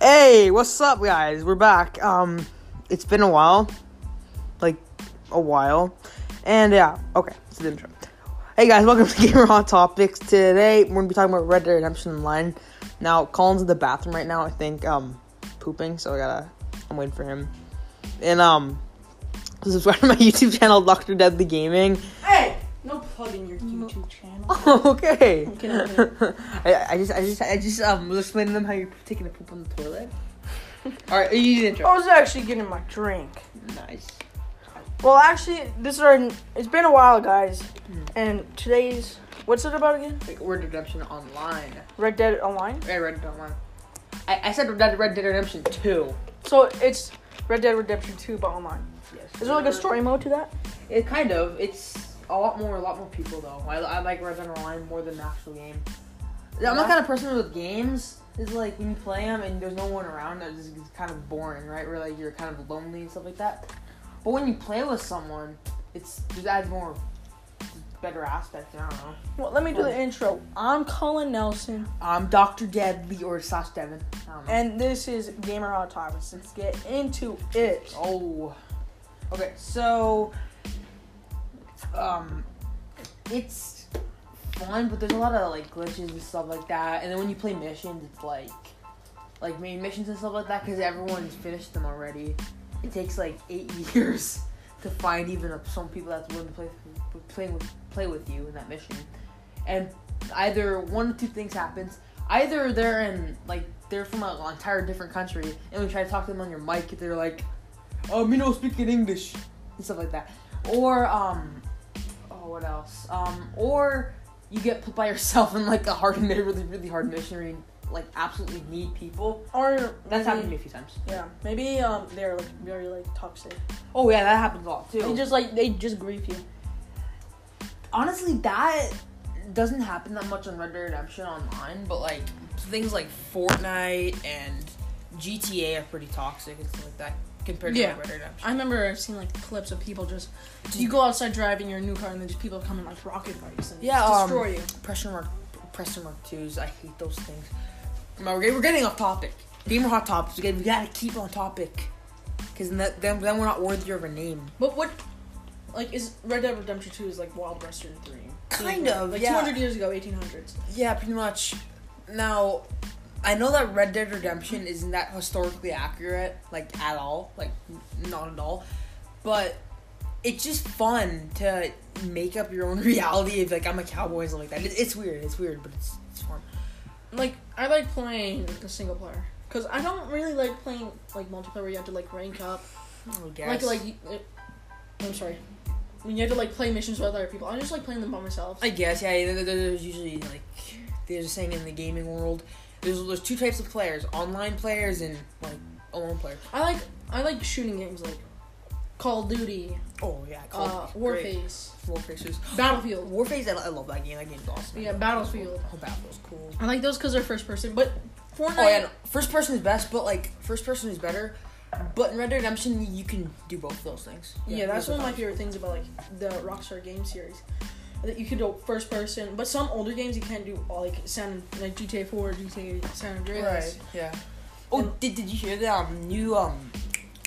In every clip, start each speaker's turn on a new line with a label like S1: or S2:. S1: Hey, what's up, guys? We're back. Um, it's been a while, like a while, and yeah. Okay, it's the intro. Hey guys, welcome to Gamer Hot Topics. Today we're gonna be talking about Red Dead Redemption Online. Now Colin's in the bathroom right now. I think um, pooping, so I gotta. I'm waiting for him. And um, subscribe to my YouTube channel, Doctor Deadly Gaming.
S2: Hey, no plug in your YouTube channel.
S1: okay.
S2: Okay, okay.
S1: I, I just, I just, I just um was explaining to them how you're taking a poop on the toilet. All right, you do the intro.
S2: I was actually getting my drink.
S1: Nice.
S2: Well, actually, this is our. It's been a while, guys. And today's what's it about again?
S1: Like Red Dead Redemption Online.
S2: Red Dead Online.
S1: Right, Red Dead Online. I, I said Red Dead, Red Dead Redemption 2.
S2: So it's Red Dead Redemption 2, but online.
S1: Yes.
S2: Is there like a story mode to that?
S1: It kind of. It's a lot more, a lot more people though. I, I like Red Dead Online more than the actual game. I'm not
S2: Yeah.
S1: kind of person with games. Is like when you play them and there's no one around, that is it's kind of boring, right? Where like you're kind of lonely and stuff like that. But when you play with someone, it's it adds more better aspects. I don't know.
S2: Well, let me do the intro. I'm Colin Nelson,
S1: Um, Doctor Deadly or Slash Devin. I don't know.
S2: and this is Gamer Hot Topics. Let's get into it.
S1: Oh. Okay, so um it's fun, but there's a lot of like glitches and stuff like that. And then when you play missions, it's like like main missions and stuff like that cuz everyone's finished them already. It takes like 8 years to find even some people that's willing to play play with play with you in that mission. And either one of two things happens. Either they're in like they're from an entire different country, and we try to talk to them on your mic. They're like, um, you know, speaking English and stuff like that. Or um, oh, what else? Um, or you get put by yourself in like a hard, really, really hard mission where you like absolutely need people.
S2: Or
S1: That's happened to me
S2: maybe-
S1: a few times.
S2: Yeah, maybe um they're like very like toxic. Oh.
S1: Oh yeah, that happens a lot too.
S3: Oh,
S2: They just like they just grief you.
S1: honestly, that doesn't happen that much on Red Dead Redemption online, but like things like Fortnite and GTA are pretty toxic and stuff like that compared to
S3: Yeah.
S1: like, Red Dead Redemption.
S3: I remember I've seen like clips of people just
S1: Mm-hmm.
S3: you go outside driving your new car and then just people come in like rocket bikes and
S1: Yeah,
S3: just
S1: um,
S3: destroy you.
S1: Pressure mark, pressure mark twos. I hate those things. Remember, we're getting- we're getting off topic. Gamer hot topics. Again, we gotta keep on topic, because then, then then we're not worthy of a name.
S3: But what like is Red Dead Redemption 2 is like Wild Western 3.
S1: Kind
S3: So,
S1: of,
S3: like
S1: yeah.
S3: 200 years ago, 1800s.
S1: Yeah, pretty much. Now, I know that Red Dead Redemption isn't that historically accurate, like at all, like n- not at all. But it's just fun to make up your own reality of like I'm a cowboy and stuff like that. It, it's weird, it's weird, but it's it's fun.
S3: Like I like playing the single player cuz I don't really like playing like multiplayer where you have to like rank up.
S1: I
S3: Like
S1: guess.
S3: like you- uh, I'm sorry. When you have to like play missions with other people. I just like playing them by myself.
S1: I guess yeah. there- there- There's usually like there's a saying in the gaming world. There's there's two types of players: online players and like alone players.
S3: I like I like shooting games like Call of Duty,
S1: Oh yeah, Call
S3: uh,
S1: of Duty, great.
S3: Warface,
S1: Warface. is-
S3: Battlefield.
S1: Warface, I, I love that game. That game's awesome.
S3: Yeah, Battlefield.
S1: Oh, Battlefield's cool.
S3: I like those because they're first person, but Fortnite.
S1: Oh, yeah, no, first person is best, but like first person is better. But in Red Dead Redemption, you can do both of those things.
S3: yeah, that's
S1: those are
S3: one of my
S1: fun.
S3: favorite things about like the Rockstar game series. That you could do first person, but some older games you can't do all like San like GTA 4, GTA San Andreas.
S1: Yeah. Oh, did, did you hear that um, new um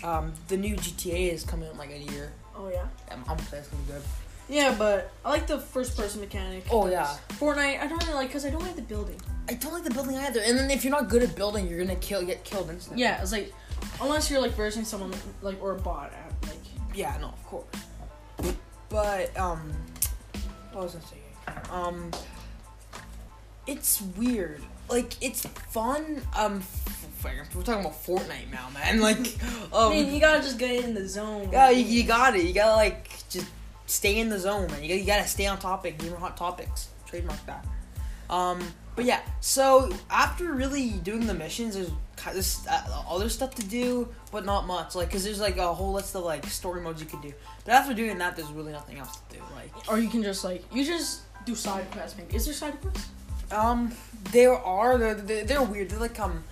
S1: um the new GTA is coming out in like a year.
S3: Oh yeah.
S1: I'm, I'm that's gonna be good.
S3: Yeah, but I like the first person mechanic.
S1: Oh, yeah.
S3: Fortnite, I don't really like because I don't like the building.
S1: I don't like the building either. And then if you're not good at building, you're gonna kill get killed instantly.
S3: Yeah, it's like unless you're like versing someone like or a bot, uh, like
S1: Yeah, no, of course. But um, what was I saying? Um, it's weird. Like it's fun. Um, f- f- we're talking about Fortnite now, man. Like,
S3: I mean
S1: um,
S3: you gotta just get in the zone.
S1: yeah, you, you got it. You gotta like just stay in the zone, man. You gotta, you gotta stay on topic. Gamer hot topics. Trademark that. Um, but yeah. So after really doing the missions, there's ki- there's uh, other stuff to do, but not much. Like, cause there's like a whole list of like story modes you could do. But after doing that, there's really nothing else to do. Like,
S3: Or you can just like you just do side quests. Maybe is there side quests?
S1: um, there are they're, they're, they're weird. They're like um,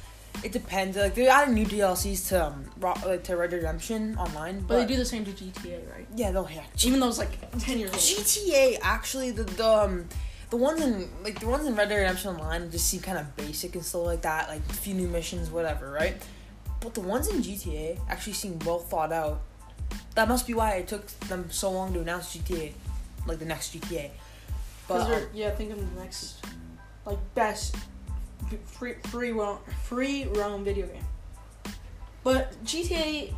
S1: it depends. Like they're adding new DLCs to um, Ro- like to Red Dead Redemption online,
S3: But
S1: but,
S3: they do the same to GTA, right?
S1: yeah, they'll yeah.
S3: Even though it's like ten years old.
S1: GTA actually the, the um the ones in like the ones in Red Dead Redemption Online just seem kind of basic and stuff like that, like a few new missions, whatever, right? But the ones in GTA actually seem well thought out. That must be why it took them so long to announce GTA, like the next GTA. But
S3: Cause
S1: um,
S3: they're, yeah, I think of the next, like best f- free free roam free roam video game. But GTA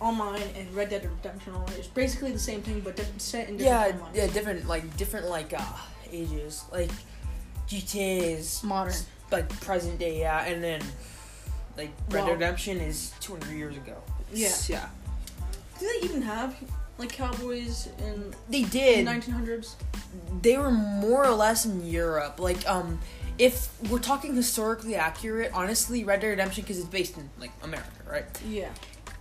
S3: Online and Red Dead Redemption Online is basically the same thing, but different set in
S1: yeah,
S3: different timelines.
S1: yeah, different like different like uh ages. Like GTA is
S2: Modern.
S1: like present day, yeah, and then like Red
S3: Wow.
S1: Dead Redemption is two hundred years ago.
S3: Yeah.
S1: yeah.
S3: Do they even have like cowboys in
S1: They
S3: the
S1: did.
S3: 1900s?
S1: they were more or less in Europe. Like, um, if we're talking historically accurate, honestly, Red Dead Redemption, because it's based in like America, right?
S3: Yeah.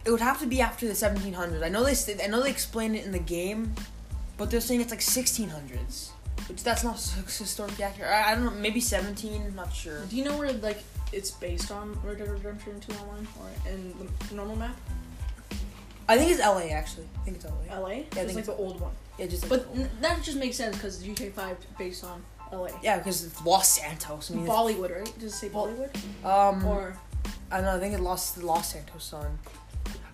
S1: It would have to be after the 1700s. I know they said- I know they explained it in the game, but they're saying it's like 1600s, which that's not s- historically accurate. I, I don't know, maybe 17. I'm not sure.
S3: Do you know where like it's based on Red Dead Redemption 2 Online or in the normal map?
S1: I think it's LA actually. I think it's LA.
S3: LA.
S1: think
S3: it's like
S1: it's-
S3: the old one.
S1: Yeah, just like,
S3: But n- that just makes sense because GTA 5 based on LA.
S1: yeah, because it's Los Santos. I mean, it's-
S3: Bollywood, right? Does it say
S1: Bo-
S3: Bollywood?
S1: um,
S3: Or
S1: I don't know. I think it lost the Los Santos song.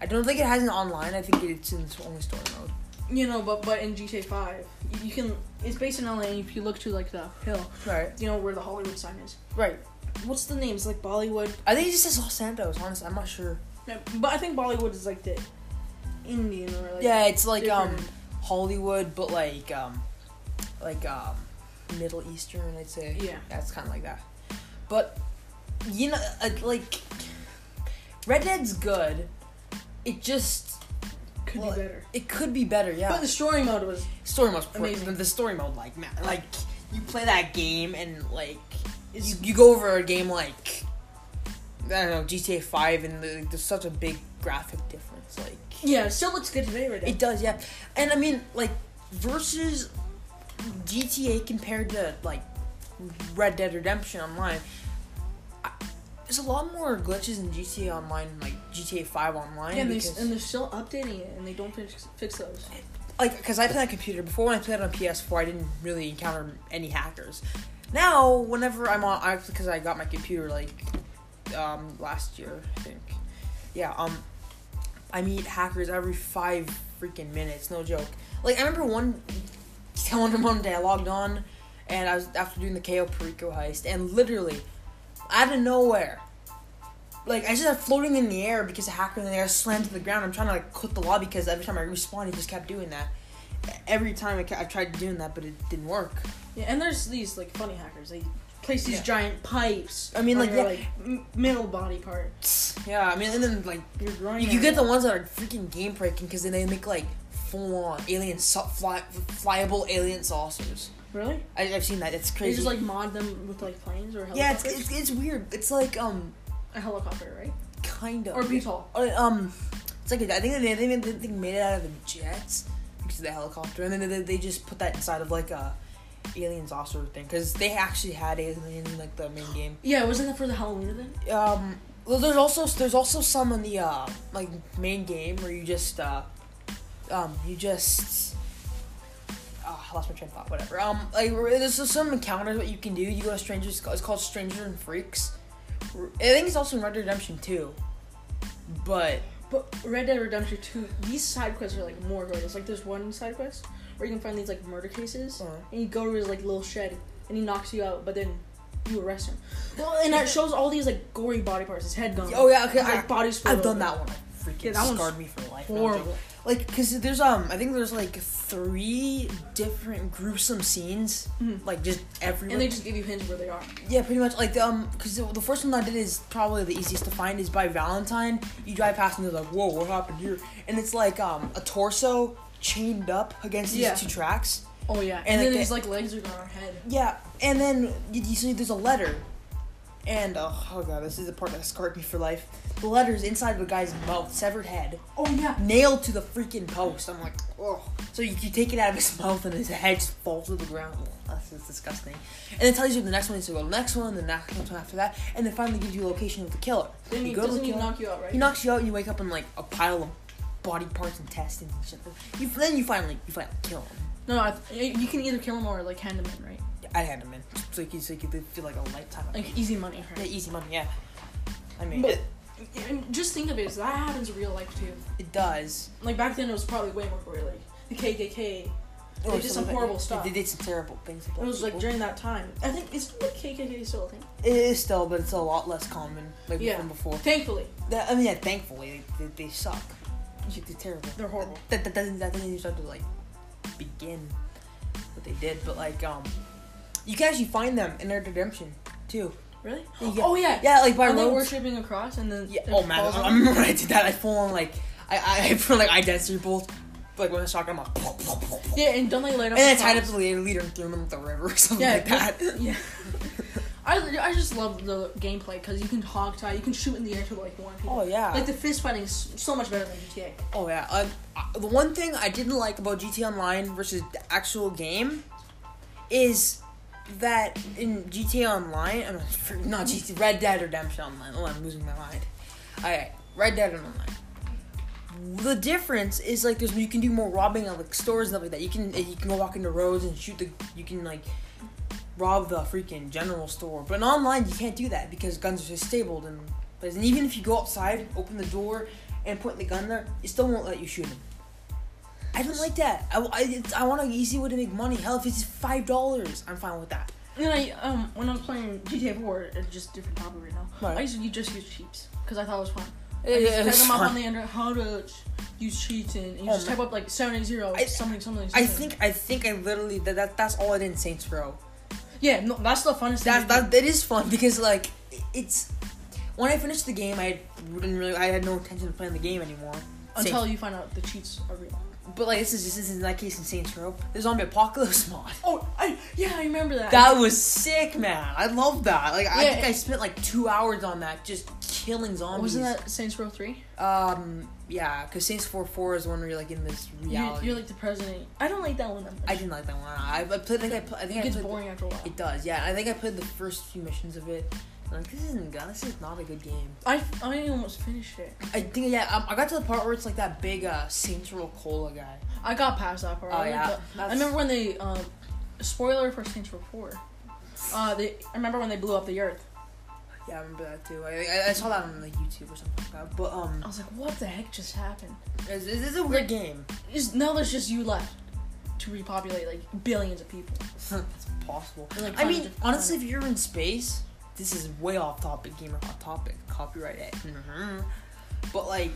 S1: I don't think it has an online. I think it's in its only story mode.
S3: you know, but but in GTA 5, you, you can. It's based in LA. And if you look to like the hill,
S1: Right.
S3: you know where the Hollywood sign is.
S1: Right.
S3: What's the name? It's like Bollywood.
S1: I think it just says Los Santos, honestly. I'm not sure.
S3: No, But I think Bollywood is like the Indian or like
S1: yeah, it's like um
S3: different-
S1: Hollywood, but like um like um Middle Eastern, I'd say.
S3: Yeah.
S1: That's kind of like that. But you know, uh, like Red Dead's good. It just
S3: could
S1: well,
S3: be better.
S1: it could be better. Yeah.
S3: But the story mode was
S1: story mode's pretty.
S3: Amazing. Uh-huh.
S1: The story mode, like man, like you play that game and like you,
S3: It's-
S1: you go over a game like I don't know GTA Five, and the, there's such a big graphic difference. Like
S3: yeah, it still looks good today, right?
S1: it does, yeah. And I mean, like versus GTA compared to like Red Dead Redemption Online. I- There's a lot more glitches in GTA Online, like GTA 5 Online.
S3: Yeah, and, they,
S1: because-
S3: and they're still updating it, and they don't fix, fix those.
S1: like because I play on computer. Before when I played on PS4, I didn't really encounter any hackers. Now, whenever I'm on, I because I got my computer like um, last year, I think. Yeah, um, I meet hackers every five freaking minutes. No joke. Like I remember one, one one day I logged on, and I was after doing the KO Perico heist, and literally, out of nowhere. Like I just had floating in the air because a hacker in the air slammed to the ground. I'm trying to like quit the lobby because every time I respawn, he just kept doing that. Every time I, ca- I tried doing that, but it didn't work.
S3: Yeah, and there's these like funny hackers. They place these
S1: Yeah.
S3: giant pipes.
S1: I mean,
S3: on
S1: like,
S3: your,
S1: yeah.
S3: like m- middle body part.
S1: Yeah, I mean, and then like
S3: Your groin.
S1: you, you
S3: area.
S1: get the ones that are freaking game breaking because then they make like full on alien so- fly- flyable alien saucers.
S3: really.
S1: I, I've seen that. It's
S3: They
S1: crazy.
S3: just like mod them with like planes or
S1: yeah, it's,
S3: helicopters.
S1: it's it's weird. It's like um
S3: a helicopter, right?
S1: kind of
S3: Or VTOL.
S1: Uh, um, it's like a, I think they, they, they, they made it out of the jets because of the helicopter, and then they, they just put that inside of like a aliens saucer thing because they actually had aliens in like the main game.
S3: Yeah, wasn't that for the Halloween event?
S1: Um, well, there's also there's also some in the uh like main game where you just uh um you just. Oh, I lost my train of thought. Whatever. Um, like where- there's just some encounters that you can do. You go to strangers. It's called Strangers and Freaks. I think it's also in Red Dead Redemption 2. But
S3: But Red Dead Redemption 2, these side quests are like more glorious. Like there's one side quest where you can find these like murder cases,
S1: Uh-huh.
S3: and you go to his like little shed, and he knocks you out, but then you arrest him. Well, and that shows all these like gory body parts. His head gone.
S1: Oh, yeah, okay,
S3: His,
S1: I-
S3: like, body.
S1: I've done that one. Freaking
S3: Yeah, that one's
S1: scarred me for life. no
S3: Horrible.
S1: joke. Like, cause there's um, I think there's like three different gruesome scenes,
S3: Mhm.
S1: like just everywhere.
S3: And they just give you hints where they are.
S1: yeah, pretty much. Like the, um, cause the, the first one I did is probably the easiest to find is by Valentine. You drive past and they're like, whoa, what happened here? And it's like um, a torso chained up against these
S3: Yeah.
S1: two tracks.
S3: Oh yeah, and,
S1: And,
S3: then
S1: like,
S3: his
S1: they-
S3: like legs are gone on head.
S1: Yeah, and then you, you see there's a letter, and oh, oh god, this is the part that scarred me for life. The letter's inside of a guy's mouth, severed head.
S3: Oh yeah.
S1: nailed to the freaking post. I'm like, oh. So you, you take it out of his mouth and his head just falls to the ground. Ugh, That's just disgusting. And it tells you the next one is to go to the next one, the next one after that, and then finally gives you a location of the killer.
S3: Then
S1: You
S3: he
S1: go to the
S3: doesn't he
S1: killer,
S3: knock you out, right?
S1: he knocks you out, and you wake up in like a pile of body parts, intestines, and shit. You then you finally you finally kill him.
S3: no, I, you can either kill him or like hand him in, right?
S1: I'd hand them in. So you, can- so you could feel like a lifetime. of-
S3: Like easy money.
S1: Yeah,
S3: Right?
S1: easy money, yeah. I mean,
S3: But-
S1: it,
S3: And just think of it, as that happens in real life too.
S1: it does.
S3: Like back then, it was probably way more gore. Like the KKK. They
S1: Or
S3: did
S1: of
S3: some
S1: it-
S3: horrible stuff.
S1: They did some terrible things.
S3: It was like
S1: people.
S3: during that time. I think it's the KKK still a thing.
S1: it is still, but it's a lot less common like
S3: Yeah.
S1: from before.
S3: Thankfully,
S1: That, I mean, yeah, thankfully they, they, they suck. Shit, They're terrible.
S3: they're horrible.
S1: That, that doesn't that doesn't even start to like begin what they did, but like um, you can actually find them in their redemption too.
S3: Really?
S1: Yeah.
S3: Oh yeah.
S1: Yeah, like by
S3: Are they
S1: roads.
S3: worshiping a cross and then?
S1: Yeah.
S3: it
S1: Oh man,
S3: falls
S1: I,
S3: on
S1: I
S3: them?
S1: remember when I did that. I full on like I I I feel like I density bolt. Like when I was shocked, I'm like, "Pow, pow, pow, pow."
S3: Yeah, and don't they light
S1: and
S3: up?
S1: then I
S3: the
S1: tied up
S3: cross?
S1: the leader, leader and threw him in the river or something
S3: Yeah,
S1: like that.
S3: Yeah. I, I just love the gameplay because you can hog tie, you can shoot in the air to like one people.
S1: Oh yeah.
S3: Like the fist fighting is so much better than GTA.
S1: oh yeah. Uh, uh, the one thing I didn't like about GT Online versus the actual game is that in GTA Online, I'm not, fr- not GT Red Dead Redemption Online. Oh, I'm losing my mind. All right, Red Dead Online. The difference is like there's you can do more robbing at like stores and stuff like that. You can you can go walk into roads and shoot the you can like rob the freaking general store. But online you can't do that because guns are just stabled and but and even if you go outside, open the door, and put the gun there, it still won't let you shoot him. I don't like that. I, I, it's- I want an easy way to make money. Hell, if it's five dollars, I'm fine with that.
S3: And then I um when I was playing GTA 4, it's just different topic right now.
S1: Right.
S3: I used to you just use cheats because I thought it was fun.
S1: Yeah,
S3: I
S1: yeah, it
S3: just type
S1: was
S3: them up
S1: fun.
S3: on the internet how to ch- use cheats and, and you
S1: Oh,
S3: just type up like seven eight zero
S1: I-
S3: something something.
S1: I
S3: something.
S1: think I think I literally that, that that's all I did in Saints Row.
S3: yeah, no, that's the funnest thing.
S1: That
S3: to do.
S1: that that is fun because like it- it's when I finished the game, I didn't really I had no intention of playing the game anymore.
S3: until you find out the cheats are real.
S1: But like this is this is in that case in Saints Row, the zombie apocalypse mod.
S3: Oh, I yeah, I remember that.
S1: That was sick, man. I love that. Like I
S3: Yeah,
S1: think
S3: it-
S1: I spent like two hours on that, just killing zombies.
S3: wasn't that Saints Row three.
S1: Um, yeah, because Saints 4 4 is the one where you're like in this
S3: You,
S1: reality.
S3: you're like the president. I don't like that one. That much.
S1: I didn't like that one. I, I played, I think I, pl- I think
S3: it
S1: I
S3: gets
S1: played.
S3: boring after a while.
S1: It does, yeah. I think I played the first few missions of it. and I'm like, this isn't good. This is not a good game.
S3: I, I almost finished it.
S1: I think, yeah, um, I got to the part where it's like that big uh, Saints Row Cola guy.
S3: I got past that part.
S1: Oh,
S3: I,
S1: yeah.
S3: went to- I
S1: That's-
S3: remember when they, um, spoiler for Saints Row 4. Uh, they, I remember when they blew up the Earth.
S1: Yeah, I remember that too. I, I, I saw that on like YouTube or something like that. But um,
S3: I was like, what the heck just happened?
S1: it's, it's, it's a weird game.
S3: Just, now there's just you left to repopulate like billions of people.
S1: it's possible.
S3: They're, like,
S1: I
S3: trying
S1: mean,
S3: to defend-
S1: honestly, if you're in space, this is way off topic, gamer hot topic, copyright it.
S3: Mm-hmm.
S1: Mhm. But like,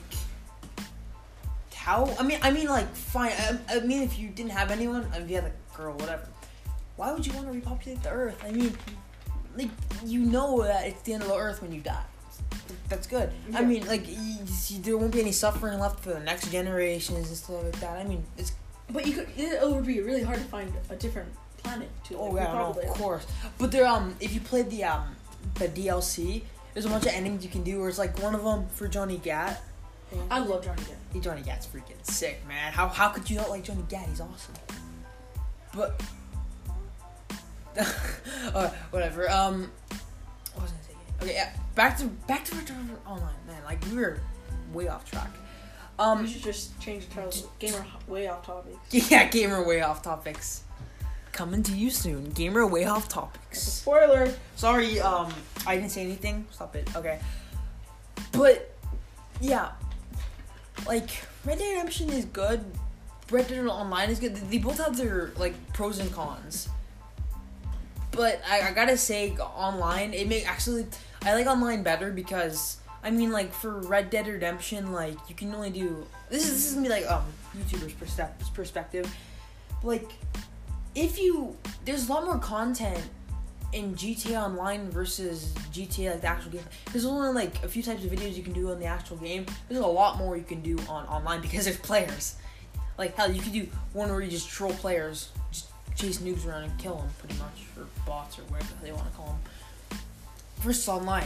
S1: how? I mean, I mean, like, fine. I, I mean, if you didn't have anyone, if you had a girl, whatever, why would you want to repopulate the Earth? I mean, like, you know that it's the end of the Earth when you die. That's good. I
S3: Yeah.
S1: mean, like, y y- there won't be any suffering left for the next generations and stuff like that. I mean, it's
S3: but you could, it would be really hard to find a different planet to like,
S1: Oh yeah, no, of
S3: repopulate.
S1: course. But there, um, if you played the um the DLC, there's a bunch of endings you can do. Where it's like one of them for Johnny Gat.
S3: I love Johnny Depp.
S1: Hey, Johnny Gat's freaking sick, man. How how could you not like Johnny Gat? He's awesome. But uh, whatever. Um, what was I saying? Okay, yeah. Back to back to Red Dead Online, man. Like we were way off track. Um,
S3: we should just change the title. Gamer ho- way off topic.
S1: yeah, gamer way off topics. Coming to you soon, gamer way off topics.
S3: Spoiler.
S1: Sorry, um, I didn't say anything. Stop it. Okay. But yeah, like Red Dead Redemption is good. Red Dead Online is good. They both have their like pros and cons. But I, I gotta say, online it may actually I like online better because I mean like for Red Dead Redemption like you can only do this is this is me like um YouTuber's perspective perspective like if you there's a lot more content in GTA Online versus GTA like the actual game. There's only like a few types of videos you can do on the actual game. There's a lot more you can do on online because there's players. Like hell, you could do one where you just troll players, just chase noobs around and kill them pretty much, or bots or whatever they want to call them. Versus online.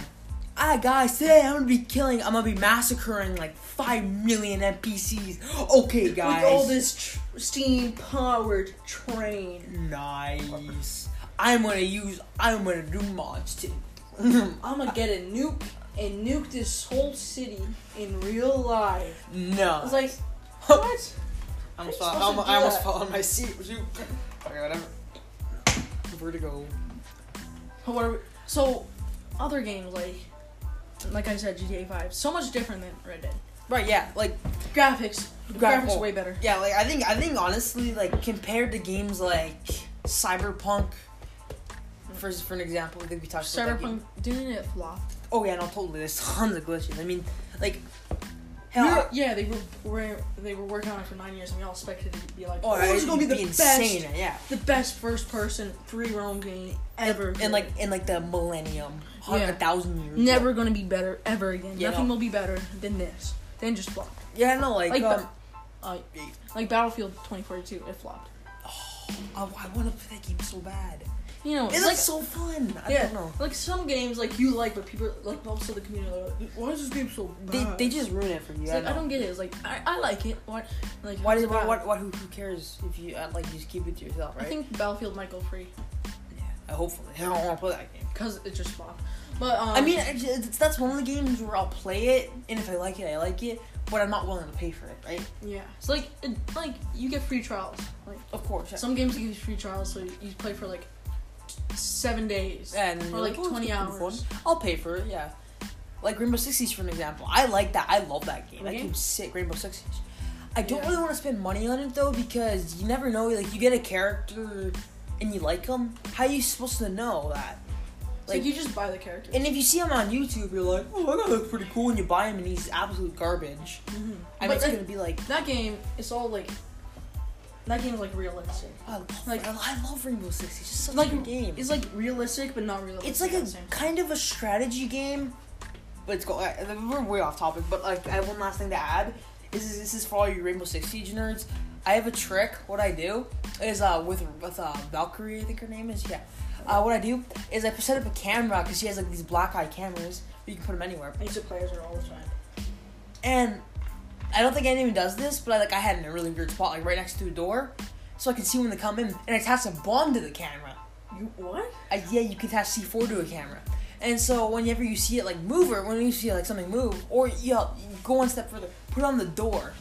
S1: Ah guys, today I'm gonna be killing. I'm gonna be massacring like five million NPCs. Okay, guys.
S3: With all this tr- steam powered train.
S1: Nice. I'm gonna use. I'm gonna do mods too.
S3: I'm gonna get a nuke and nuke this whole city in real life. I
S1: no.
S3: was like, what?
S1: I almost,
S3: almost fell-
S1: fell,
S3: I almo- I almost fell
S1: on my seat. okay, whatever.
S3: Vertigo. However, so other games like, like I said, GTA Five, so much different than Red Dead.
S1: Right, yeah, like
S3: Graphics, the
S1: Graph-
S3: graphics
S1: oh.
S3: are way better.
S1: yeah, like I think I think honestly, like compared to games like Cyberpunk, for for an example, I think we talked about that game.
S3: Cyberpunk didn't it flop?
S1: Oh yeah, no, totally. There's tons of glitches. I mean, like, hell,
S3: Yeah,
S1: I-
S3: yeah, they were, were they were working on it for nine years, and we all expected it to be like,
S1: oh,
S3: oh, this is
S1: it'd
S3: gonna be the
S1: be
S3: best,
S1: insane. Yeah,
S3: the best first person three roam game ever.
S1: and like in like the millennium, hun-
S3: Yeah.
S1: a thousand years.
S3: never gonna be better ever again.
S1: Yeah,
S3: Nothing
S1: no.
S3: will be better than this. Than just flop.
S1: Yeah, no, like,
S3: Like,
S1: um,
S3: Uh, like Battlefield 2042, it flopped.
S1: oh, I want to play that game so bad.
S3: You know,
S1: It looks
S3: like
S1: so fun. I
S3: yeah,
S1: don't know.
S3: like some games like you like, but people like most of the community are like, why is this game so
S1: They,
S3: bad?
S1: they just ruin it for you.
S3: It's
S1: I,
S3: like, I
S1: know.
S3: don't get it. It's like I, I like it. What like
S1: Why
S3: it's
S1: does what,
S3: bad.
S1: what what who, who cares if you uh, like you just keep it to yourself,
S3: I
S1: right?
S3: think Battlefield might go free
S1: yeah, uh, hopefully. I don't want to play that game.
S3: because it just flopped. But um,
S1: I mean, I ju- it's, that's one of the games where I'll play it, and if I like it, I like it, but I'm not willing to pay for it, right?
S3: yeah. So like it, like you get free trials. Like
S1: Of course. yeah.
S3: some games you get free trials, so you, you play for like seven days.
S1: and
S3: Or,
S1: you're "Oh,
S3: like,
S1: it's
S3: 20
S1: pretty
S3: hours.
S1: I'll pay for it. Yeah, like Rainbow Six Siege for an example. I like that. I love that game.
S3: What
S1: That
S3: game?
S1: game's sick. Rainbow Six Siege. I don't
S3: Yeah.
S1: really want to spend money on it though because you never know. Like you get a character and you like them. How are you supposed to know that?
S3: It's like, you just buy the character.
S1: And if you see him on YouTube, you're like, oh, that guy looks pretty cool, and you buy him, and he's absolute garbage.
S3: Mhm.
S1: I mean,
S3: But,
S1: it's
S3: like,
S1: gonna be like,
S3: That game, it's all like. That game is like realistic.
S1: I love,
S3: like-
S1: "Oh, I love Rainbow Six. It's just such
S3: Like,
S1: a good game.
S3: It's like realistic, but not realistic.
S1: It's like a
S3: at the same time.
S1: kind of a strategy game, but it's go- I- I- we're way off topic. But like, I have one last thing to add. This is this is for all you Rainbow Six Siege nerds. I have a trick. What I do is uh with with uh Valkyrie, I think her name is. Yeah. Uh, what I do is I set up a camera because she has like these black eye cameras. But you can put them anywhere.
S3: I used to play as her all the time.
S1: And I don't think anyone does this, but I, like I had it in a really weird spot, like right next to a door, so I could see when they come in. And I attached a bomb to the camera.
S3: You what?
S1: I, yeah, you can attach C4 to a camera. And so whenever you see it like move or when you see like something move, or yeah, go one step further, put it on the door.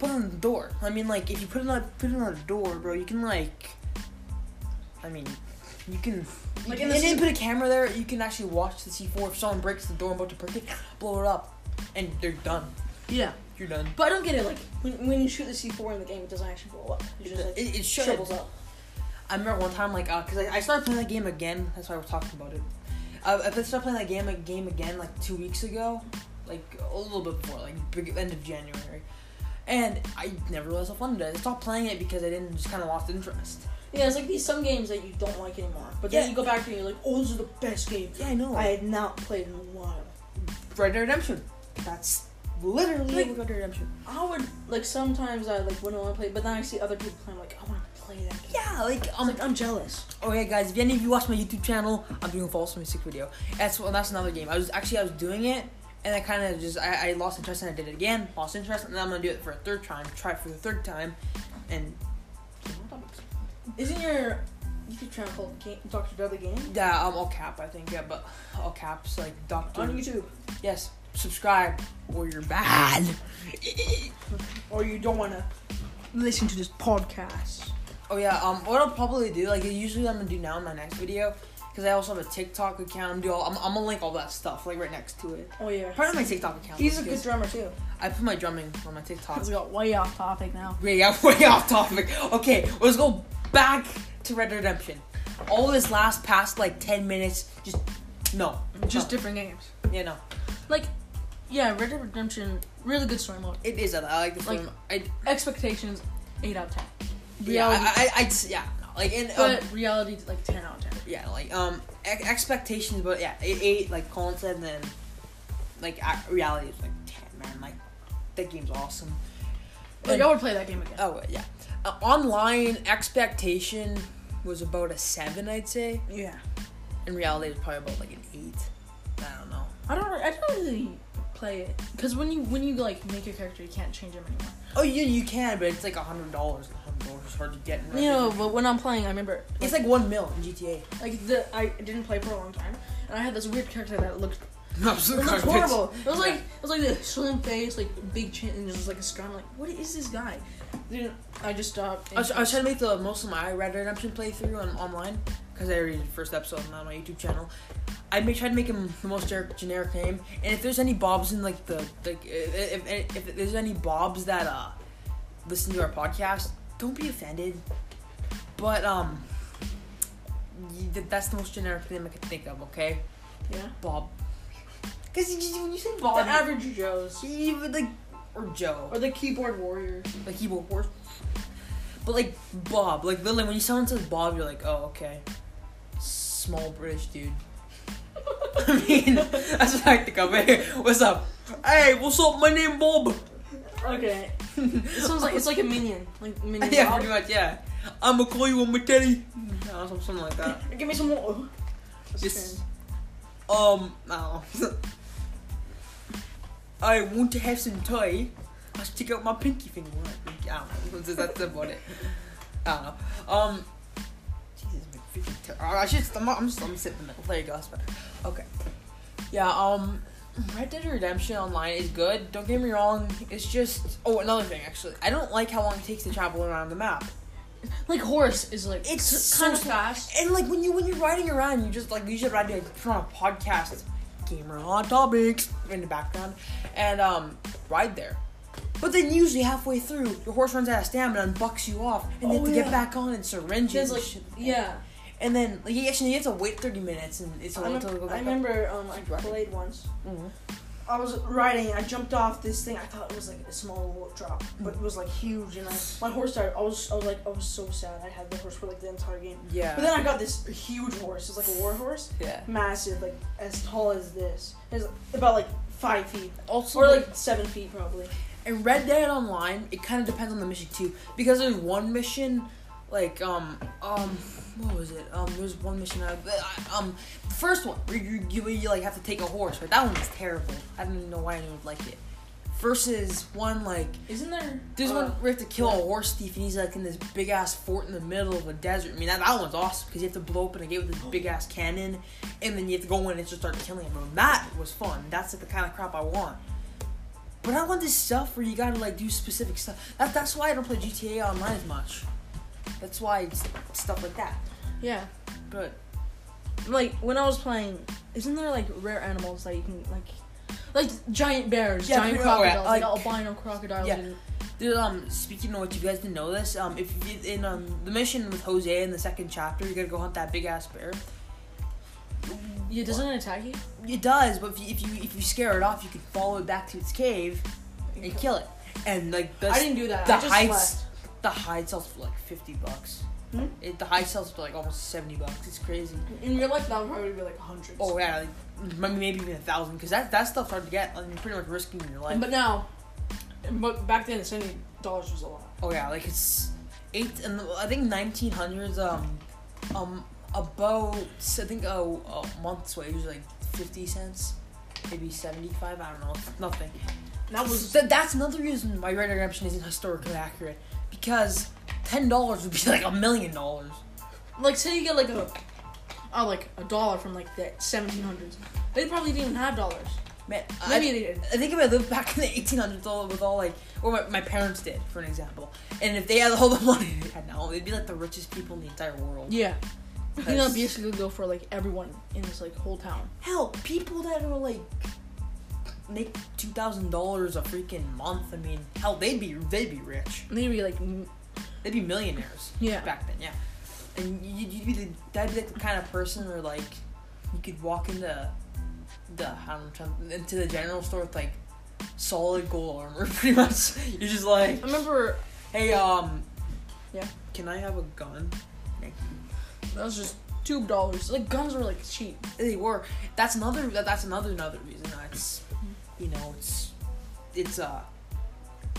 S1: Put it on the door. I mean, like if you put it on put it on the door, bro, you can like, I mean, you can. You
S3: Like
S1: can
S3: in the
S1: and then
S3: C-
S1: put a camera there. You can actually watch the C4. If someone breaks the door and about to break it, blow it up, and they're done.
S3: Yeah,
S1: You're done.
S3: but I don't get it. Like when, when you shoot the C four in the game, it doesn't actually blow up. It's just like
S1: It, it should.
S3: shovels up.
S1: I remember one time, like, uh 'cause I, I started playing that game again. That's why we're talking about it. Uh, I started playing that game game again like two weeks ago, like a little bit before, like big, end of January, and I never realized how fun it is. I stopped playing it because I didn't just kind of lost interest.
S3: Yeah, it's like these some games that you don't like anymore, but then
S1: Yeah.
S3: you go back to it and you're like, oh, those are the best games
S1: Yeah, I know.
S3: I had not played in a while.
S1: Red Dead Redemption. That's literally
S3: Like-
S1: Red Dead Redemption.
S3: I would like sometimes I like wouldn't want to play, but then I see other people playing, like I want to play that game.
S1: Yeah, like um,
S3: I'm jealous.
S1: Oh yeah, guys! If any of you watch my YouTube channel, I'm doing a false music video. That's well, that's another game. I was actually I was doing it, and I kind of just I, I lost interest and I did it again. Lost interest, and then I'm gonna do it for a third time. Try it for the third time, and
S3: Isn't your YouTube channel called game, Dr. Dudley Game?
S1: yeah, um, all cap I think yeah, but all caps like doctor.
S3: On YouTube.
S1: Yes, subscribe or you're bad.
S3: Or you don't want to listen to this podcast.
S1: Oh yeah, um, what I'll probably do like usually what I'm gonna do now in my next video, because I also have a TikTok account. I'm do all, I'm, I'm gonna link all that stuff like right next to it.
S3: Oh, yeah.
S1: Part of my TikTok account.
S3: He's a good
S1: because
S3: drummer, too.
S1: I put my drumming on my TikTok.
S3: Because we got way off topic now.
S1: We got way off topic. Okay, let's go back to Red Dead Redemption. All this last past like ten minutes, just no,
S3: Just different games.
S1: no. yeah, no.
S3: Like, yeah, Red Dead Redemption, really good story mode.
S1: It is. I like the
S3: Like-
S1: film. I,
S3: Expectations, 8 out of 10.
S1: yeah,
S3: Reality,
S1: I, I, I- yeah, no. like in, um,
S3: but reality, like 10 out of 10.
S1: yeah, like um, ex- expectations, but yeah, it eight like Colin said, and then like ac reality is like ten, man. Like that game's awesome.
S3: Like,
S1: And-
S3: I would play that game again.
S1: oh yeah, uh, online expectation was about a seven, I'd say.
S3: yeah.
S1: In reality, it's probably about like an eight. I don't know.
S3: I don't, I don't really play it. Because when you, when you, like, make a character, you can't change him anymore.
S1: Oh, you you can, but it's like a hundred dollars. A hundred dollars is hard to get. In Red
S3: You know,
S1: Dead.
S3: but when I'm playing, I remember.
S1: it's like one mil in GTA.
S3: Like the I didn't play for a long time, and I had this weird character that looked It
S4: Absolute
S3: looks
S4: carpet.
S3: horrible. It was like it was like the slim face, like big chin, and it was like a scar. I'm like, what is this guy? Dude, I just stopped.
S1: I was, I was trying to make the most of my Red Dead Redemption playthrough on online because I already did the first episode on my YouTube channel. I made, tried to make him the most generic, generic name, and if there's any bobs in like the like if, if, if there's any bobs that uh listen to our podcast, don't be offended. But um, y- th- that's the most generic name I could think of. Okay,
S3: yeah.
S1: Bob. Because when you say
S3: The
S1: Bob,
S3: average Joes
S1: you- you would, like or Joe
S3: or the keyboard warriors.
S1: like he will horse. But like Bob, like literally when you someone says Bob, you're like, oh okay, small British dude. I mean, that's what I think of. Hey, what's up? Hey, what's up? My name Bob.
S3: Okay. It sounds like it's like a minion, like minion.
S1: yeah,
S3: Bob.
S1: pretty much. Yeah, I'ma call you on my teddy. Or some- Something like that.
S3: Give me some more. That's
S1: Just-
S3: good.
S1: Um, I don't know. I want to have some toy. I stick out my pinky finger. I don't know. That's about it. I don't know. Um, Jesus, my freaking ter- I should. I'm, I'm just. I'm sitting in the middle. There you go. That's better. Okay. Yeah. Um, Red Dead Redemption Online is good. Don't get me wrong. It's just. Oh, another thing actually. I don't like how long it takes to travel around the map.
S3: Like horse is like
S1: It's
S3: it's
S1: so
S3: kind of
S1: slow.
S3: fast.
S1: And like when you when you're riding around, you just like you should ride like put on a podcast, gamer on topics in the background, and um ride there. But then usually halfway through, your horse runs out of stamina and bucks you off, and they have
S3: Oh,
S1: to get
S3: yeah.
S1: back on and syringe it
S3: There's
S1: and
S3: like
S1: shit.
S3: yeah.
S1: And then like, you actually you have to wait thirty minutes and it's a
S3: I
S1: little to go
S3: remember,
S1: back
S3: I remember um, I played once.
S1: up.
S2: Mm-hmm.
S1: Mhm.
S3: I was riding. I jumped off this thing. I thought it was like a small drop, but
S2: Mm-hmm.
S3: it was like huge. And I, my horse started. I was, I was like, I was so sad. I had the horse for like the entire game.
S1: Yeah.
S3: But then I got this huge horse. It's like a war horse,
S1: yeah.
S3: massive, like as tall as this. It's about like five feet,
S1: Also,
S3: or like seven feet probably.
S1: um, uh, um, there's one
S3: Isn't there? uh,
S1: where you have to kill a horse thief, and he's like in this big ass fort in the middle of a desert. I mean that, that one's awesome because you have to blow open a gate with this big ass cannon, and then you have to go in and just start killing him. And that was fun. That's like, the kind of crap I want. But I want this stuff where you gotta like do specific stuff. That, that's why I don't play GTA Online as much. That's why it's stuff like that.
S3: Yeah.
S1: But
S3: Like when I was playing, isn't there like rare animals that you can like, like giant bears,
S1: Yeah,
S3: giant
S1: pretty- oh, yeah,
S3: crocodiles, like,
S1: like-
S3: albino crocodiles?
S1: Yeah.
S3: and-
S1: Dude, um, speaking of which, you guys didn't know this. Um, if you, in um the mission with Jose in the second chapter, you gotta go hunt that big ass bear.
S3: yeah, doesn't it attack you?
S1: It does, but if you, if you if you scare it off, you can follow it back to its cave and kill it. And like the
S3: I didn't do that.
S1: the
S3: I just
S1: heights-
S3: left.
S1: the hide sells for like fifty bucks.
S3: Hmm?
S1: It, the hide sells for like almost seventy bucks. It's crazy.
S3: In real life, that would probably be like hundreds.
S1: Oh yeah, like, maybe maybe even a thousand because that that stuff's hard to get. Like, you're pretty much risking your life.
S3: but now, but back then, seventy dollars was a lot.
S1: Oh yeah, like it's eight and I think nineteen hundreds. Um, um, about I think a, a month's wage was like fifty cents, maybe seventy five. I don't know, nothing.
S3: That was
S1: Th- that's another reason why Red Dead Redemption isn't historically accurate because ten dollars would be like a million dollars.
S3: like say you get like a, oh like a dollar from like the seventeen hundreds. They probably didn't even have dollars.
S1: Man, I-
S3: Maybe they did.
S1: I think if I lived back in the 1800s all with all like, or my, my parents did, for an example, and if they had all the money they had now, they'd be like the richest people in the entire world.
S3: Yeah. I think
S1: Because-
S3: that'd basically go for like everyone in this like whole town.
S1: Hell, people that are like make two thousand dollars a freaking month. I mean, hell, they'd be they'd be rich.
S3: And they'd be like, m-
S1: They'd be millionaires
S3: yeah.
S1: back then, yeah. And you'd, you'd be the, that'd be like the kind of person where like you could walk into the I don't know, into the general store with like solid gold armor. Pretty much, you're just like,
S3: I remember
S1: hey, um,
S3: Yeah.
S1: can I have a gun?
S3: that was just two dollars. Like guns were like cheap.
S1: they were. That's another. That, that's another another reason. why It's you know it's it's uh,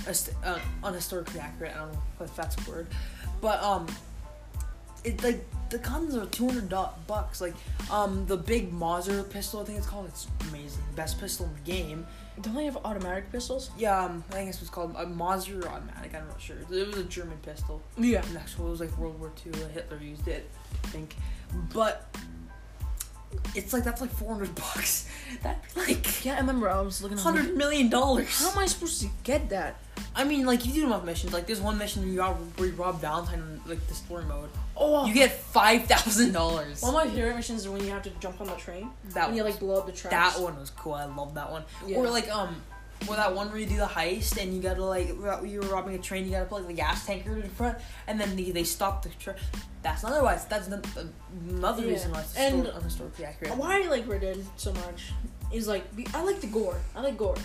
S1: hist- uh unhistorically accurate. I don't know if that's a word, but um, it like the guns are two hundred bucks. Like um, the big Mauser pistol, I think it's called. It's amazing, best pistol in the game.
S3: Don't they have automatic pistols?
S1: Yeah, um, I think it's what's called a Mauser automatic. I'm not sure. It was a German pistol.
S3: Yeah.
S1: An actual, it was like World War II. Hitler used it, I think. But It's like that's like four hundred bucks. That'd be like
S2: Yeah, I remember I was looking.
S1: hundred million dollars.
S2: How am I supposed to get that?
S1: I mean, like you do enough missions. Like there's one mission where you rob, where you rob Valentine, in, like the story mode.
S2: Oh,
S1: You get five thousand dollars.
S2: one of my favorite missions is when you have to jump on the train
S1: That
S2: and you
S1: one,
S2: like blow up the tracks.
S1: that one was cool. I love that one.
S2: Yeah.
S1: Or like um, or that one where you do the heist and you gotta like ro- you were robbing a train. You gotta put like the gas tanker in front, and then they, they stop the train. That's another why. That's the, another
S2: Yeah.
S1: reason why it's
S2: And- Oh,
S1: histor- unhistorically accurate.
S2: Why I like Red Dead so much is like be- I like the gore. I like gore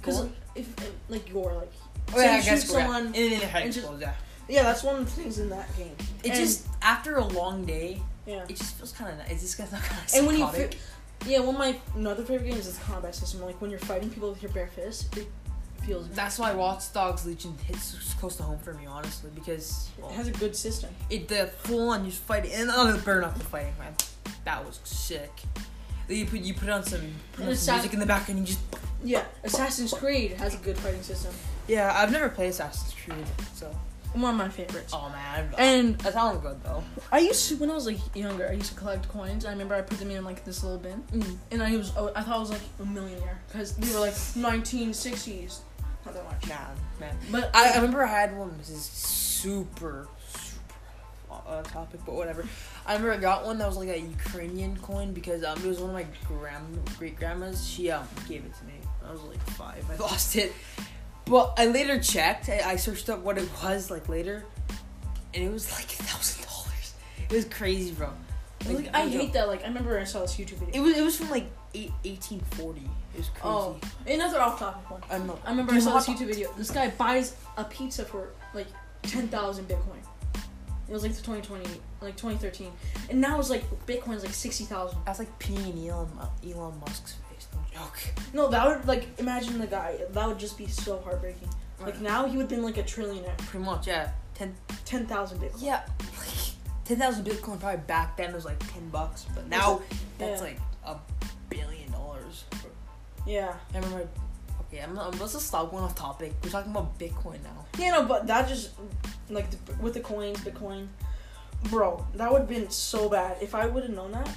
S2: because
S1: Gore?
S2: if, if like gore like
S1: Oh, yeah,
S2: so
S1: I
S2: you
S1: guess
S2: shoot
S1: we're at-
S2: someone.
S1: and then the head
S2: and just-
S1: explodes, yeah.
S2: Yeah, that's one of the things in that game.
S1: It
S2: and-
S1: just after a long day,
S2: Yeah.
S1: it just feels kind of nice. It's just kind of
S2: And when you fi- yeah, one of my another favorite games is the combat system. Like when you're fighting people with your bare fists, it feels it
S1: That's why Watch Dogs Legion hits close to home for me, honestly, because well,
S2: has a good system.
S1: it the full on you fight and oh the burn off the fighting man, that was sick. Then You put you put on some, put
S2: And
S1: on
S2: it's
S1: some
S2: sad-
S1: music in the back and you just
S2: Yeah, Assassin's Creed has a good fighting system.
S1: yeah. I've never played Assassin's Creed, so
S2: One of my favorites.
S1: oh man,
S2: And
S1: that sounds good though.
S2: I used to when I was like younger, I used to collect coins. I remember I put them in like this little bin,
S1: Mm.
S2: and I was oh, I thought I was like a millionaire because they were like 1960s, not that much.
S1: Nah, man.
S2: But
S1: I, I remember I had one. This is super, super uh, topic, but whatever. I remember I got one that was like a Ukrainian coin because um, it was one of my grand great grandmas. She um gave it to me. I was like five. I lost it, but I later checked. I, I searched up what it was like later, and it was like a thousand dollars. It was crazy, bro.
S2: like, I hate that. Like I remember I saw this YouTube video.
S1: It was it was from like eight, 1840. It was crazy.
S2: Oh, another off-topic one.
S1: I'm not.
S2: I remember
S1: Do
S2: I
S1: you
S2: saw
S1: want
S2: this YouTube video. This guy buys a pizza for like ten thousand Bitcoin. It was like the 2020, like 2013, and now it's like Bitcoin's like sixty thousand.
S1: That's like peeing in Elon,
S2: uh,
S1: Mu- Elon Musk's face. No joke.
S2: No, that would like imagine the guy. That would just be so heartbreaking. Like
S1: Right.
S2: now he would been like a trillionaire.
S1: Pretty much, yeah. Ten,
S2: Ten thousand Bitcoin.
S1: yeah, like ten thousand Bitcoin probably back then was like ten bucks, but now that's
S2: Yeah.
S1: like a billion dollars.
S2: Yeah.
S1: I remember. Okay, I'm, I'm let's just stop going off topic. We're talking about Bitcoin now.
S2: Yeah, no, but that just like the, with the coins, Bitcoin, bro, that would have been so bad if I would have known that.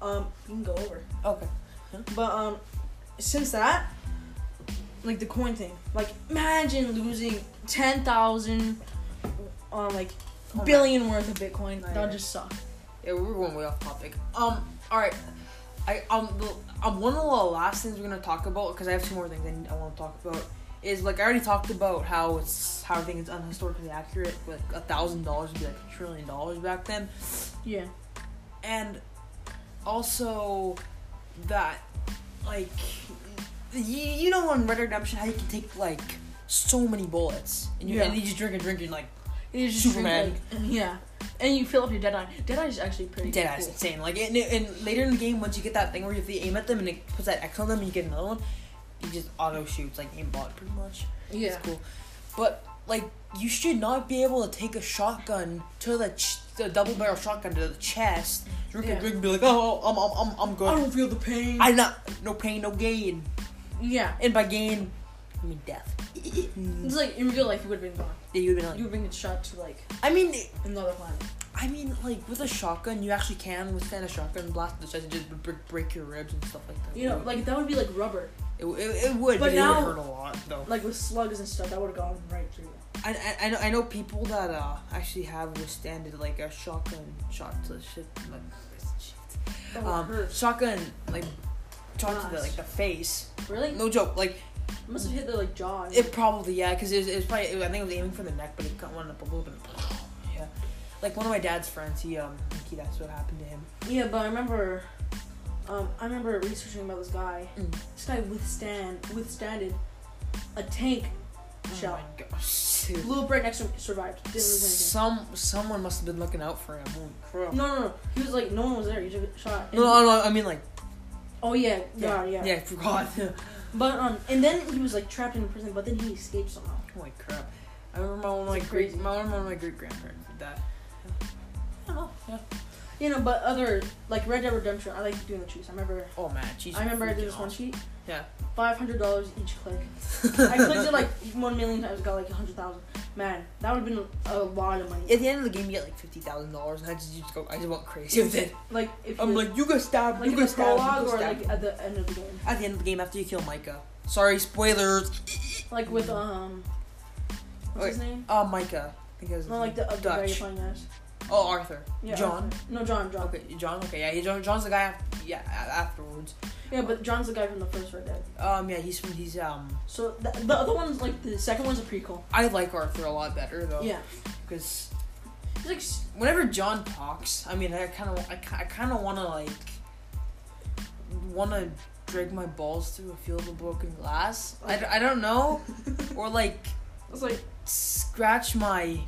S2: Um, you can go over,
S1: Okay.
S2: but um, since that, like the coin thing, like imagine losing ten thousand on like
S1: Oh my-
S2: billion worth of Bitcoin. That
S1: Right.
S2: would just suck.
S1: Yeah, we're going way off topic. Um, all right. I um, the, um one of the last things we're gonna talk about because I have two more things I, need- I want to talk about is like I already talked about how it's how everything is unhistorically accurate. Like a thousand dollars would be like a trillion dollars back then.
S2: Yeah.
S1: and also that like you, you know in Red Dead Redemption how you can take like so many bullets and you,
S2: Yeah.
S1: and you just drink and drink and you're like
S2: And you just drink,
S1: Superman.
S2: like- yeah. And you fill up your dead eye. Dead eye is actually pretty
S1: dead
S2: cool.
S1: ass insane like and, and later in the game once you get that thing where you have to aim at them and it puts that X on them and you get another one you just auto shoots like aimbot pretty much
S2: Yeah.
S1: it's cool but like you should not be able to take a shotgun to the, ch- the double barrel shotgun to the chest drink
S2: Yeah.
S1: and drink and be like oh I'm I'm I'm, I'm
S2: I
S1: good
S2: don't feel the pain.
S1: I'm not no pain no gain
S2: yeah.
S1: And by gain, I mean death.
S2: It's like in real life, you would have been gone.
S1: They would've been
S2: Mm. You
S1: like-
S2: would have been shot to like
S1: I mean,
S2: another planet.
S1: I mean, like with a shotgun, you actually can withstand a shotgun blast to the chest and just break, break your ribs and stuff like that.
S2: You know,
S1: It-
S2: like that would be like rubber,
S1: it, it, it would,
S2: but
S1: but, it
S2: now-
S1: would hurt a lot though.
S2: like with slugs and stuff. That would have gone right through. it.
S1: I, I, I know I know people that uh actually have withstanded like a shotgun shot to the shit like shit.
S2: That would
S1: um
S2: hurt.
S1: shotgun like shot to the
S2: Blast.
S1: like the face.
S2: Really?
S1: No joke, like.
S2: It must have hit the like jaw. and-
S1: It probably yeah, because it, was- it was probably I think it was aiming for the neck, but it got one up a little bit. oh, Yeah, like one of my dad's friends, he um, I think he, that's what happened to him.
S2: yeah, but I remember, um, I remember researching about this guy.
S1: Mm.
S2: This guy withstand withstanded a tank shell.
S1: Oh my gosh. dude.
S2: Blew up right next to him. Survived. Didn't lose
S1: Some someone must have been looking out for him. Holy crap!
S2: anything. No, no, no. He was like, no one was there. He took a shot.
S1: No, no, no, I mean like
S2: Oh yeah, uh, yeah, yeah.
S1: yeah, I forgot. oh
S2: But um, and then he was like trapped in prison. But then he escaped somehow.
S1: my crap! I remember my one of my
S2: It's
S1: great
S2: crazy.
S1: my one of my great grandparents did that. I don't know. Yeah.
S2: You know, but other like Red Dead Redemption, I like doing the cheats. I remember,
S1: Oh man, she's
S2: I remember I
S1: freaking
S2: did this one
S1: awesome.
S2: cheat.
S1: Yeah.
S2: Five hundred dollars each click. I clicked it like one million times, got like a hundred thousand. Man, that would have been a lot of money.
S1: At the end of the game, you get like fifty thousand dollars, and I just, just go, I just went crazy with it.
S2: Like if
S1: I'm
S2: you-
S1: like, you go stab,
S2: like
S1: you
S2: in
S1: go
S2: the
S1: stab, you
S2: prologue
S1: go
S2: or
S1: stab.
S2: like at the end of the game.
S1: At the end of the game, after you kill Micah. Sorry, spoilers.
S2: Like with
S1: Mm-hmm.
S2: um, what's his name?
S1: Uh, Micah. I think it was his
S2: No, like
S1: name.
S2: the, uh, the guy you're
S1: Dutch.
S2: playing as.
S1: Oh, Arthur. John.
S2: No, John. John.
S1: Okay, John. Okay, yeah, he- John, John's the guy. After, yeah, a- afterwards.
S2: Yeah, but John's the guy from the first Red Dead.
S1: Um, yeah, he's from. He's um.
S2: So the, the other one's like the second one's a prequel.
S1: I like Arthur a lot better though.
S2: Yeah.
S1: Because
S2: He's like s-
S1: whenever John talks, I mean, I kind of, I, ki- I kind of want to like, want to drag my balls through a field of broken glass. I, d- I don't know, or like
S2: it's like
S1: scratch my,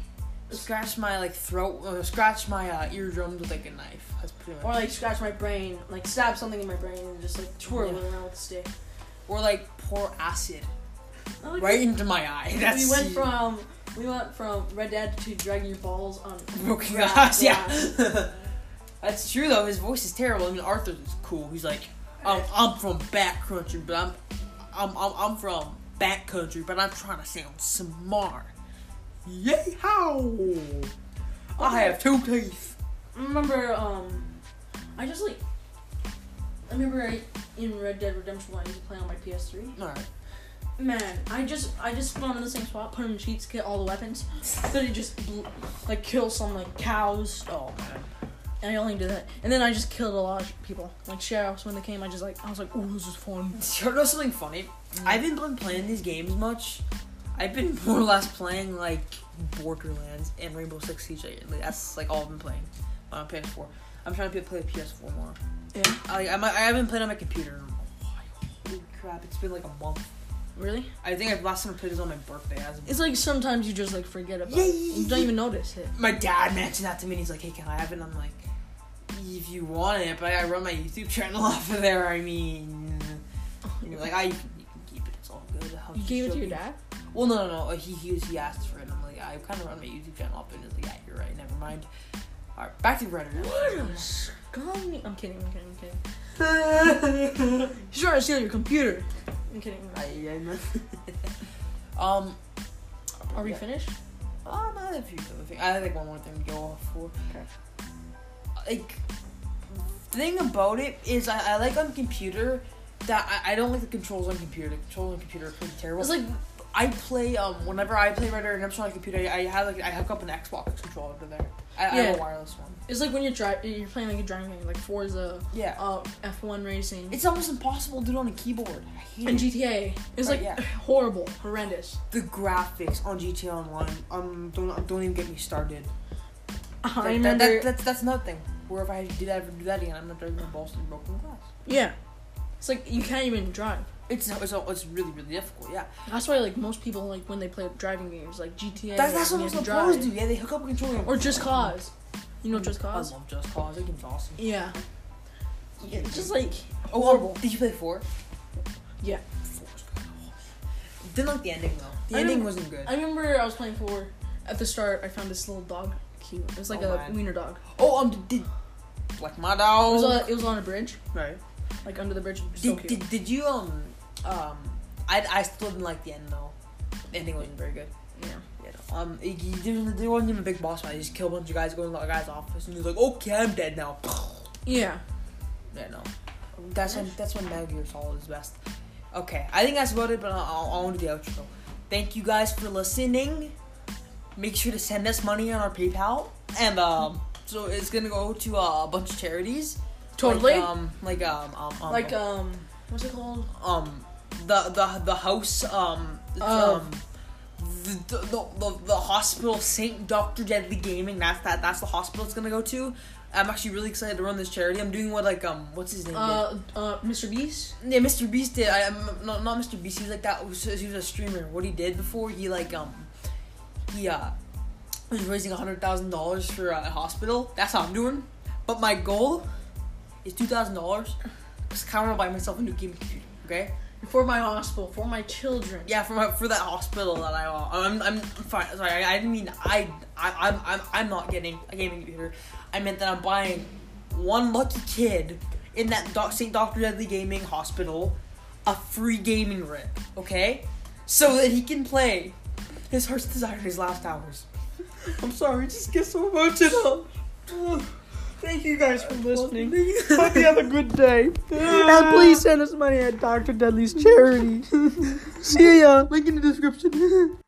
S1: scratch my like throat, uh, scratch my uh, eardrums with like a knife. That's pretty
S2: or
S1: much.
S2: like scratch my brain, like stab something in my brain and just like twirl it
S1: Yeah.
S2: around with a stick.
S1: Or like pour acid
S2: I like-
S1: right into my eye. That's
S2: we went from we went from Red Dead to dragging your balls on
S1: broken
S2: gra-
S1: glass.
S2: grass.
S1: Yeah. That's true though. His voice is terrible. I mean, Arthur's is cool. He's like, I'm, I'm from back country, but I'm, I'm, I'm, I'm from back country, but I'm trying to sound smart. Yay how! I have two teeth.
S2: I remember um, I just like I remember I, in Red Dead Redemption One I used to play on my PS3.
S1: All right.
S2: Man, I just I just spawned in the same spot, put in sheets, get all the weapons, then I just bl- like kill some like cows.
S1: Oh man.
S2: And I only did that, and then I just killed a lot of people, like sheriffs when they came. I just like I was like, oh, this is fun.
S1: Do You know something funny?
S2: Mm.
S1: I haven't been playing these games much. I've been more or less playing like Borderlands and Rainbow Six Siege. lately. That's like all I've been playing on PS4. I'm trying to play PS4 more.
S2: Yeah.
S1: I, I'm, I haven't played on my computer. in a while. Holy crap! It's been like a month.
S2: Really?
S1: I think I've last time I played was on my birthday. As a-
S2: It's like sometimes you just like forget about
S1: Yeah,
S2: it.
S1: yeah,
S2: You don't
S1: yeah.
S2: even notice it.
S1: my dad mentioned that to me. and He's like, "Hey, can I have it?" And I'm like, "If you want it, but I run my YouTube channel off of there. I mean, and Oh, like "Oh, I." you can keep it. It's all good. I'll
S2: You
S1: just
S2: gave it
S1: show
S2: to your
S1: people."
S2: dad?
S1: Well, no, no, no. He he, was, he asked for it. And I'm like, I kind of run my YouTube channel up, and he's like, yeah, you're right. Never mind. All right, back to Reddit.
S2: What a scummy. I'm kidding, I'm kidding, I'm kidding. He's trying to steal your computer. I'm kidding.
S1: I, I know. um,
S2: Are we
S1: yeah.
S2: finished?
S1: Um, I have a few other things. I have like one more thing to go off for.
S2: Okay.
S1: Like, thing about it is, I, I like on computer that I, I don't like the controls on computer. The controls on computer are pretty terrible.
S2: It's like,
S1: I play um whenever I play Red Dead Redemption on a computer, I, I have like I hook up an Xbox controller to there. I, I have
S2: Yeah.
S1: a wireless one.
S2: it's like when you're dri- you're playing like a driving game, like Forza,
S1: Yeah.
S2: uh, F1 racing,
S1: It's almost impossible to do it on a keyboard. I hate
S2: and
S1: it.
S2: GTA. It's
S1: Right,
S2: like
S1: yeah.
S2: horrible, horrendous.
S1: the graphics on GTA Online. Um, don't don't even get me started.
S2: I
S1: Like, that,
S2: remember.
S1: that, that's that's nothing. Where if I did ever do that again, I'm not driving my balls through broken glass.
S2: yeah. It's like you can't even drive.
S1: It's it's it's really really difficult. Yeah,
S2: That's why like most people like when they play driving games like GTA.
S1: that's that's
S2: you
S1: what I'm
S2: have
S1: supposed
S2: to drive.
S1: to. do. Yeah, they hook up a controller.
S2: Or Just Cause. You know Just
S1: I
S2: Cause?
S1: love Just Cause. That game's awesome.
S2: Yeah.
S1: Yeah,
S2: It's just like
S1: oh,
S2: horrible.
S1: did you play four?
S2: Yeah.
S1: Four's good. Didn't like the ending though. The
S2: I
S1: ending
S2: don't-
S1: wasn't good.
S2: I remember I was playing four. At the start, I found this little dog. Cute. It was like
S1: Oh,
S2: a
S1: man.
S2: wiener dog.
S1: oh, um, did like my
S2: It
S1: dog.
S2: was, on, it was on a bridge,
S1: right.
S2: like under the bridge. So
S1: Oh. Did,
S2: cute.
S1: did, did you um um I I still didn't like the end though. The ending wasn't very good.
S2: yeah.
S1: You know, um, he, he didn't, there wasn't even a big boss fight. He just killed a bunch of guys, going to the guy's office, and he's like, "Okay, I'm dead now."
S2: Yeah.
S1: yeah, no. That's when that's when Metal Gear Solid is best. Okay, I think that's about it. But I'll, I'll, I'll do the outro. Thank you guys for listening. Make sure to send us money on our PayPal, and um, so it's gonna go to uh, a bunch of charities.
S2: Totally.
S1: Like um, like um, um, um
S2: Like, um, what's it called?
S1: um the the the house um it's,
S2: Of-
S1: um the, the, the, the hospital Saint Doctor Deadly Gaming that's that that's the hospital it's gonna go to. I'm actually really excited to run this charity. I'm doing what like um what's his name?
S2: Uh, uh, Mr. Beast.
S1: did? Yeah, Mr. Beast did. I, I'm not not Mr. Beast. He's like that. He was, he was a streamer. What he did before he like um he uh was raising hundred thousand dollars for uh, a hospital. That's how I'm doing. But my goal is two thousand dollars. Cause I want to buy myself a new gaming computer. Okay.
S2: For my hospital, for my children.
S1: Yeah, for my, for that hospital that I want. I'm I'm fine. Sorry, I, I didn't mean I I I'm, I'm I'm not getting a gaming computer. I meant that I'm buying one lucky kid in that doc, St. Doctor Deadly Gaming Hospital a free gaming rig, okay? So that he can play his heart's desire in his last hours. I'm sorry, it just gets so emotional. Ugh. Thank you guys for listening.
S5: Hope you have a good day. and please send us money at Dr. Deadly's charity. See ya. Link in the description.